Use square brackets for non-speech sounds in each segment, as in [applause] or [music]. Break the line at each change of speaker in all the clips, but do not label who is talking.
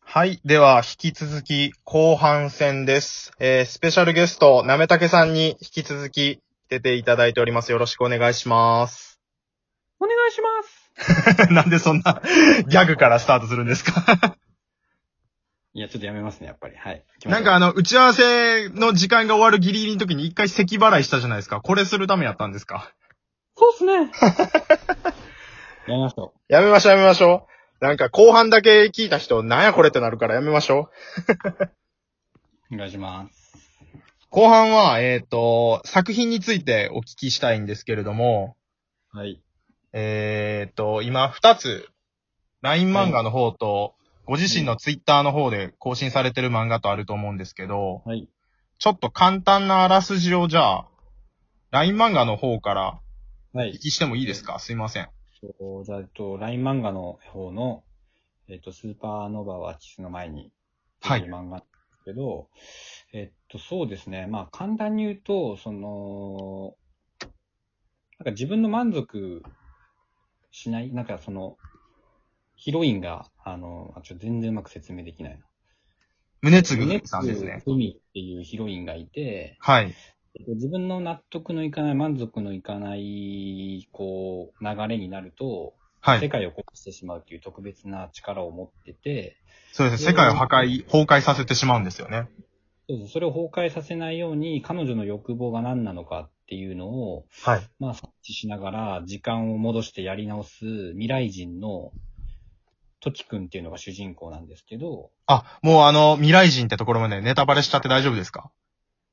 はい。では、引き続き、後半戦です。えー、スペシャルゲスト、なめたけさんに引き続き出ていただいております。よろしくお願いします。
お願いしま
[laughs]
す。
なんでそんな、ギャグからスタートするんですか
いや、ちょっとやめますね、やっぱり。はい。
[laughs] なんかあの、打ち合わせの時間が終わるギリギリの時に一回咳払いしたじゃないですか。これするためやったんですか
そうっすね。やめましょ
やめましょう、やめましょう。なんか、後半だけ聞いた人、なんやこれってなるからやめましょう。
う。お願いします。
後半は、えっ、と、作品についてお聞きしたいんですけれども、
はい。
えっ、と、今2つ、LINE 漫画の方と、ご自身の Twitter の方で更新されてる漫画とあると思うんですけど、
はい。
ちょっと簡単なあらすじをじゃあ、LINE 漫画の方から
は
お聞
い。
きしてもいいですかすいません。
とじゃあ、えっと、LINE 漫画の方の、えっと、スーパーノバはキスの前に、
はい
ってう漫画なんですけど、えっと、そうですね。まあ、簡単に言うと、その、なんか自分の満足しない、なんかその、ヒロインが、あの、あちょっと全然うまく説明できないな。
宗次さんです
ネッ
ね。
ツ海っていうヒロインがいて、
はい。
えっと自分の納得のいかない、満足のいかない、こう、流れになると、
は
世
い。
界を壊してしまうという特別な力を持ってて、
そうですね。世界を破壊、崩壊させてしまうんですよね。
そうそうそれを崩壊させないように、彼女の欲望が何なのかっていうのを、
はい。
まあ、察知しながら、時間を戻してやり直す未来人の、トキ君っていうのが主人公なんですけど、
あ、もうあの、未来人ってところまでネタバレしちゃって大丈夫ですか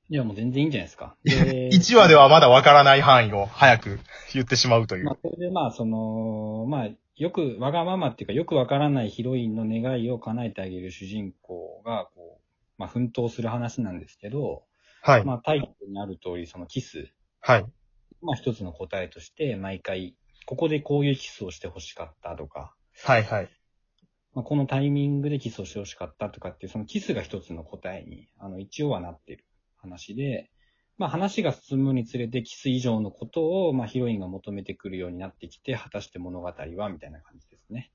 いや、もう全然いいんじゃないで
[laughs]
すか。
1話ではまだわからない範囲を早く言ってしまうとい
まあ
う。、
それでまあ、その、まあ、よく、わがままっていうか、よくわからないヒロインの願いを叶えてあげる主人公が、こう、まあ、奮闘する話なんですけど、
はい。
まあ、タイトルにある通り、そのキス、
はい。
まあ、一つの答えとして、毎回、ここでこういうキスをしてほしかったとか、
はいはい。
まあ、このタイミングでキスをしてほしかったとかっていう、そのキスが一つの答えに、あの、一応はなってる話で、まあ話が進むにつれてキス以上のことを、まあヒロインが求めてくるようになってきて、果たして物語は、みたいな感じですね。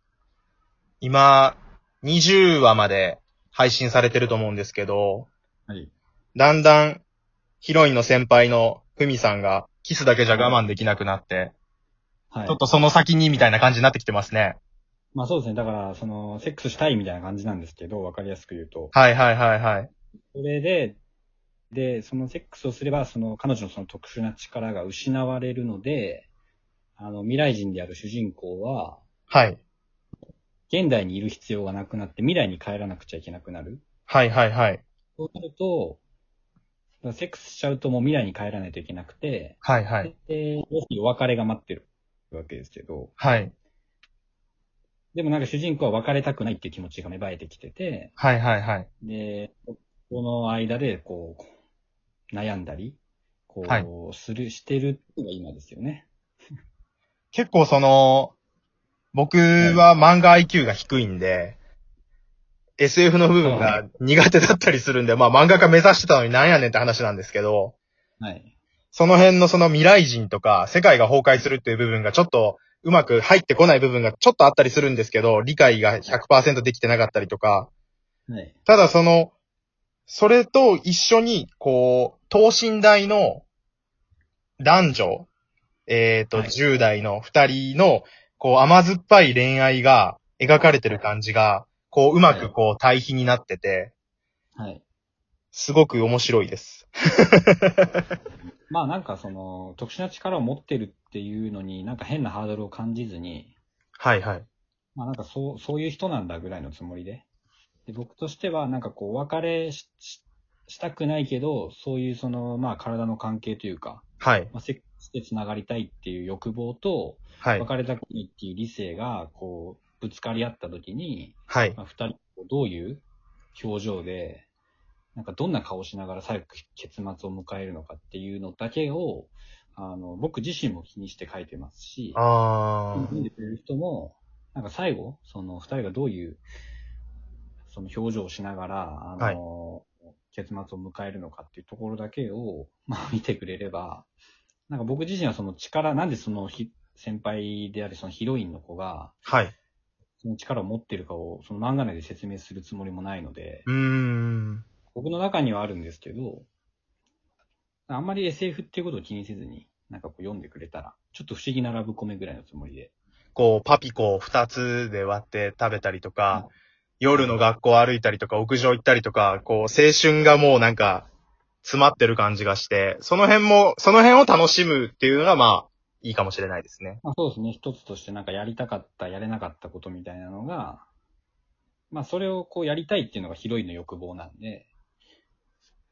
今、20話まで配信されてると思うんですけど、
はい。
だんだんヒロインの先輩のふみさんがキスだけじゃ我慢できなくなって、
はい
ちょっ。とその先にみたいな感じになってきてますね。
まあそうですね。だから、その、セックスしたいみたいな感じなんですけど、わかりやすく言うと。
はいはいはいはい。
それで、で、そのセックスをすれば、その彼女のその特殊な力が失われるので、あの、未来人である主人公は、
はい。
現代にいる必要がなくなって未来に帰らなくちゃいけなくなる。
はいはいはい。
そうすると、セックスしちゃうともう未来に帰らないといけなくて、
はいはい。
で、要するにお別れが待ってるわけですけど、
はい。
でもなんか主人公は別れたくないっていう気持ちが芽生えてきてて、
はいはいはい。
で、この間でこう、悩んだり、こう、
はい
する、してるっていうのが今ですよね。
結構その、僕は漫画 IQ が低いんで、SF の部分が苦手だったりするんで、まあ漫画家目指してたのになんやねんって話なんですけど、
はい。
その辺のその未来人とか、世界が崩壊するっていう部分がちょっとうまく入ってこない部分がちょっとあったりするんですけど、理解が100%できてなかったりとか、
はい。
ただその、それと一緒に、こう、等身大の男女、えっ、と、
はい
10代の2人の、こう、甘酸っぱい恋愛が描かれてる感じが、こう、うまくこう、対比になってて、
はい。
すごく面白いです。
まあなんかその、特殊な力を持ってるっていうのになんか変なハードルを感じずに、
はいはい。
まあなんかそう、そういう人なんだぐらいのつもりで。で、僕としてはなんかこう、お別れしししたくないけど、そういうその、まあ体の関係というか、
はい。
まあ、セックスで繋がりたいっていう欲望と、
はい。
別れたくないっていう理性が、こう、ぶつかり合った時に、
はい。
まあ、二人、どういう表情で、なんかどんな顔をしながら最後結末を迎えるのかっていうのだけを、あの、僕自身も気にして書いてますし、
あー
読んでくれる人も、なんか最後、その二人がどういう、その表情をしながら、あの、結末を迎えるのかっていうところだけを、まあ見てくれれば、なんか僕自身はその力、なんでそのひ先輩であるそのヒロインの子が、
はい。
の力を持ってるかを、その漫画内で説明するつもりもないので、
うーん。
僕の中にはあるんですけど、あんまり SF っていうことを気にせずに、なんかこう読んでくれたら、ちょっと不思議なラブコメぐらいのつもりで。
こう、パピコを二つで割って食べたりとか、夜の学校歩いたりとか、屋上行ったりとか、こう、青春がもうなんか、詰まってる感じがして、その辺も、その辺を楽しむっていうのが、まあ、いいかもしれないですね。
まあ、そうですね、一つとしてなんかやりたかった、やれなかったことみたいなのが、まあそれをこうやりたいっていうのがヒロインの欲望なんで、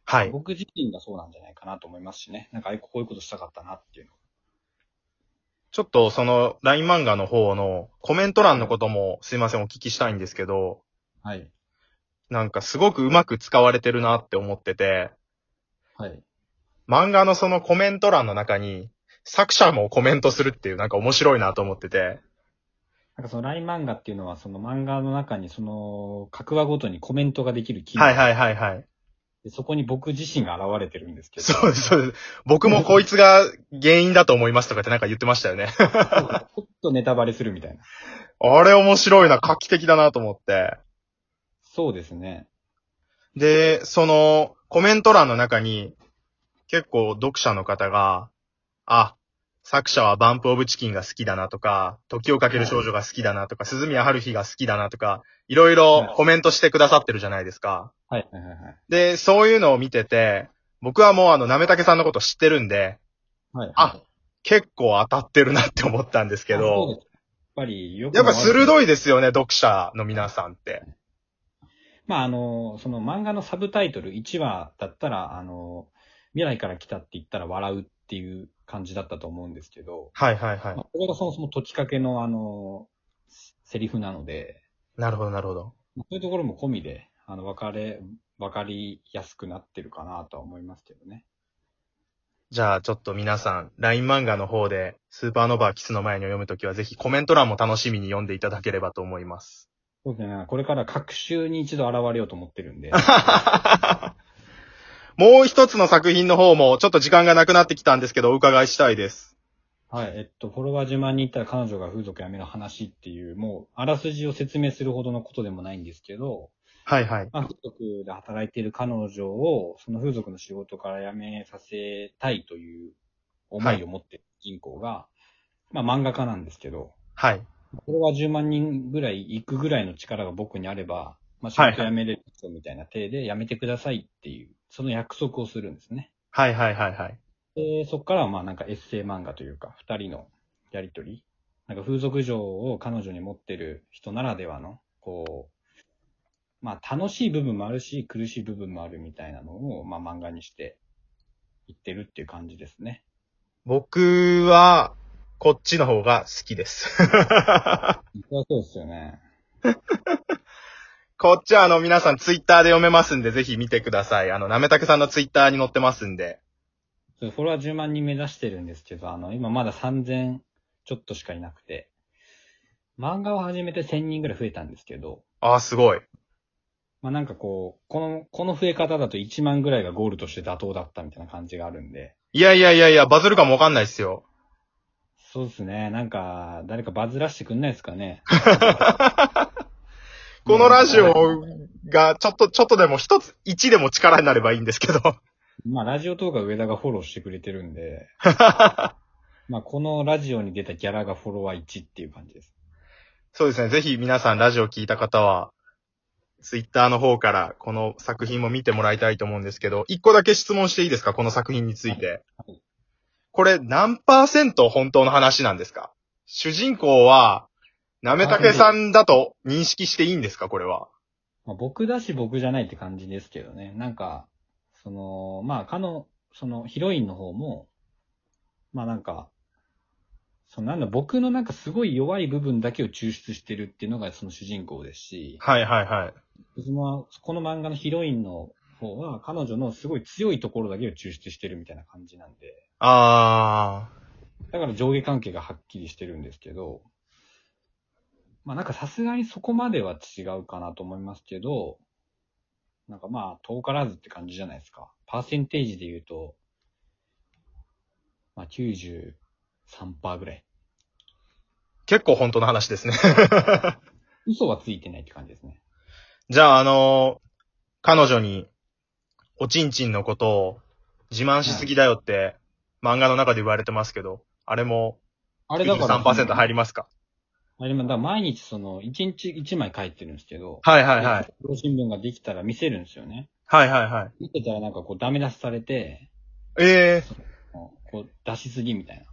はい。
僕自身がそうなんじゃないかなと思いますしね、なんかああいうこういうことしたかったなっていうの
ちょっとその LINE 漫画の方のコメント欄のこともすいませんお聞きしたいんですけど、
はい。
なんかすごくうまく使われてるなって思ってて、
はい。
漫画のそのコメント欄の中に作者もコメントするっていうなんか面白いなと思ってて、
なんかその LINE 漫画っていうのは、その漫画の中にその、各話ごとにコメントができる機能、
はいはいはいはい。
でそこに僕自身が現れてるんですけど、
そうです、そうです。僕もこいつが原因だと思いますとかってなんか言ってましたよね。
ちょっとネタバレするみたいな。
[laughs] あれ面白いな、画期的だなと思って。
そうですね。
で、その、コメント欄の中に、結構読者の方が、あ、作者はバンプオブチキンが好きだなとか、時をかける少女が好きだなとか、鈴宮春日が好きだなとか、いろいろコメントしてくださってるじゃないですか。
はいはいはいはい。
で、そういうのを見てて、僕はもうあの、なめたけさんのこと知ってるんで、
はい、
あ結構当たってるなって思ったんですけ
そう
ど
で、すやっぱりよく
やっぱ
い。
鋭いですよね、読者の皆さんって。
まああの、その漫画のサブタイトル1話だったら、あの、未来から来たって言ったら笑うっていう感じだったと思うんですけど、
はいはいはい
まあ、。これがそもそも解きかけのあの、セリフなので、
なるほどなるほど。
そういうところも込みで、あの、分かれ、分かりやすくなってるかなとは思いますけどね。
じゃあちょっと皆さん、LINE 漫画の方で、スーパーノバーキスの前に読むときは、ぜひコメント欄も楽しみに読んでいただければと思い
[laughs]
ます。
そうですね。これから各週に一度現れようと思ってる
[laughs]
んで。
もう一つの作品の方も、ちょっと時間がなくなってきたんですけど、お伺いしたいです。
はい、えっと、フォロワー10万人いったら彼女が風俗やめる話っていう、もう、あらすじを説明するほどのことでもないんですけど、
はいはい。
まあ、風俗で働いている彼女を、その風俗の仕事から辞めさせたいという思いを持っている銀行が、まあ漫画家なんですけど、
はい。
フォロワー10万人ぐらい行くぐらいの力が僕にあれば、まあ仕事辞めれる人みたいな体で辞めてくださいっていう、その約束をするんですね。
はいはいはいはい。
で、そこからはまあなんかエッセイ漫画というか、二人のやりとり。なんか風俗嬢を彼女に持ってる人ならではの、こう、まあ楽しい部分もあるし、苦しい部分もあるみたいなのを、まあ漫画にしていってるっていう感じですね。
僕は、こっちの方が好きです。
そりゃそうですよね。
こっちはあの皆さんツイッターで読めますんで、ぜひ見てください。あの、なめたけさんのツイッターに載ってますんで。
そうフォロワー10万人目指してるんですけど、あの、今まだ3000ちょっとしかいなくて、漫画を始めて1000人ぐらい増えたんですけど、
ああ、すごい。
まあなんかこう、この、この増え方だと1万ぐらいがゴールとして妥当だったみたいな感じがあるんで、
いやいやいやいや、バズるかもわかんないっすよ。
そうですね、なんか、誰かバズらしてくんないですかね。
[laughs] このラジ
う
オ
ん
が、ちょっと、ちょっとでも一つ、一でも力になればいいんですけど。
まあラジオとか上田がフォローしてくれてるんで、まあこのラジオに出たギャラがフォロワー1っていう感じです。
そうですね。ぜひ皆さんラジオ聞いた方は、ツイッターの方からこの作品も見てもらいたいと思うんですけど、一個だけ質問していいですかこの作品について
はい。
これ何パーセント本当の話なんですか主人公は、なめたけさんだと認識していいんですかこれは。
まあ、僕だし僕じゃないって感じですけどね。なんか、その、まあ、かの、そのヒロインの方も、まあなんか、そのなんだ、僕のなんかすごい弱い部分だけを抽出してるっていうのがその主人公ですし、
はいはいはい。
そのこの漫画のヒロインの方は彼女のすごい強いところだけを抽出してるみたいな感じなんで、
あ
だから上下関係がはっきりしてるんですけど、まあなんかさすがにそこまでは違うかなと思いますけど、なんかまあ遠からずって感じじゃないですか。パーセンテージで言うと、まあ93%ぐらい。
ー、結構本当の話ですね。
嘘はついてないって感じですね。
じゃあ、あの彼女に、おちんちんのことを自慢しすぎだよって、漫画の中で言われてますけど、あれも
あれだから。
93%入りますか
あれも、だから毎日その、1日1枚書いてるんですけど、
はいはいはい。
で。労新聞ができたら見せるんですよね。
はいはいはい。
見てたらなんかこうダメ出しされて、
ええ
こう出しすぎみたいな。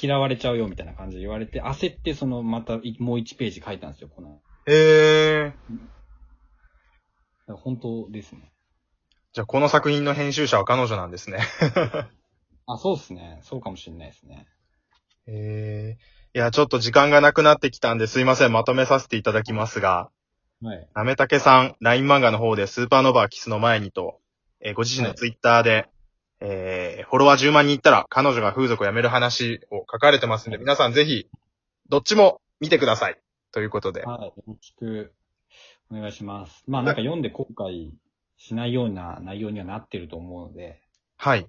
嫌われちゃうよみたいな感じで言われて、焦ってそのまたいもう1ページ書いたんですよ、この。だか
ええ
ら本当ですね。
じゃあこの作品の編集者は彼女なんですね。
あ、そうですね。そうかもしれないですね。
ええいや、ちょっと時間がなくなってきたんですいません。まとめさせていただきますが、
はい。
なめたけさん、LINE 漫画の方でスーパーノヴァキスの前にと、えーご自身のツイッターで、えーフォロワー10万人いったら彼女が風俗を辞める話を書かれてますんで、皆さんぜひ、どっちも見てください。ということで。
はい。よろしくお願いします。まあなんか読んで後悔しないような内容にはなってると思うので、
はい。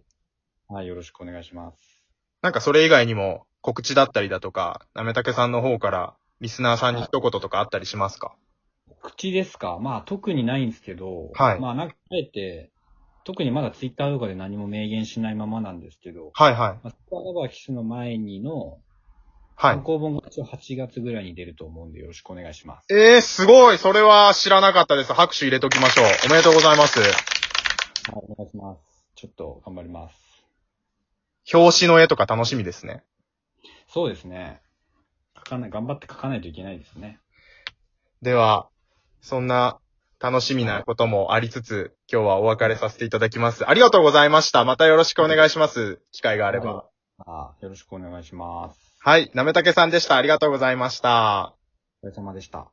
はい、よろしくお願いします。
なんかそれ以外にも告知だったりだとか、なめたけさんの方からリスナーさんに一言とかあったりしますか
口ですかまあ特にないんですけど、
はい
まあなんかあえて、特にまだツイッターとかで何も明言しないままなんですけど、
はいはい。
まあ、スパラバキスの前にの、
はい
参。考本が一応8月ぐらいに出ると思うんでよろしくお願いします。
ええすごいそれは知らなかったです。拍手入れときましょう。おめでとうございます。
はい、お願いします。ちょっと頑張ります。
表紙の絵とか楽しみですね。
そうですね。書かない、頑張って書かないといけないですね。
では、そんな楽しみなこともありつつ、今日はお別れさせていただきます。ありがとうございました。またよろしくお願いします。機会があれば。
あよろしくお願いします。
はい、なめたけさんでした。ありがとうございました。
お疲れ様でした。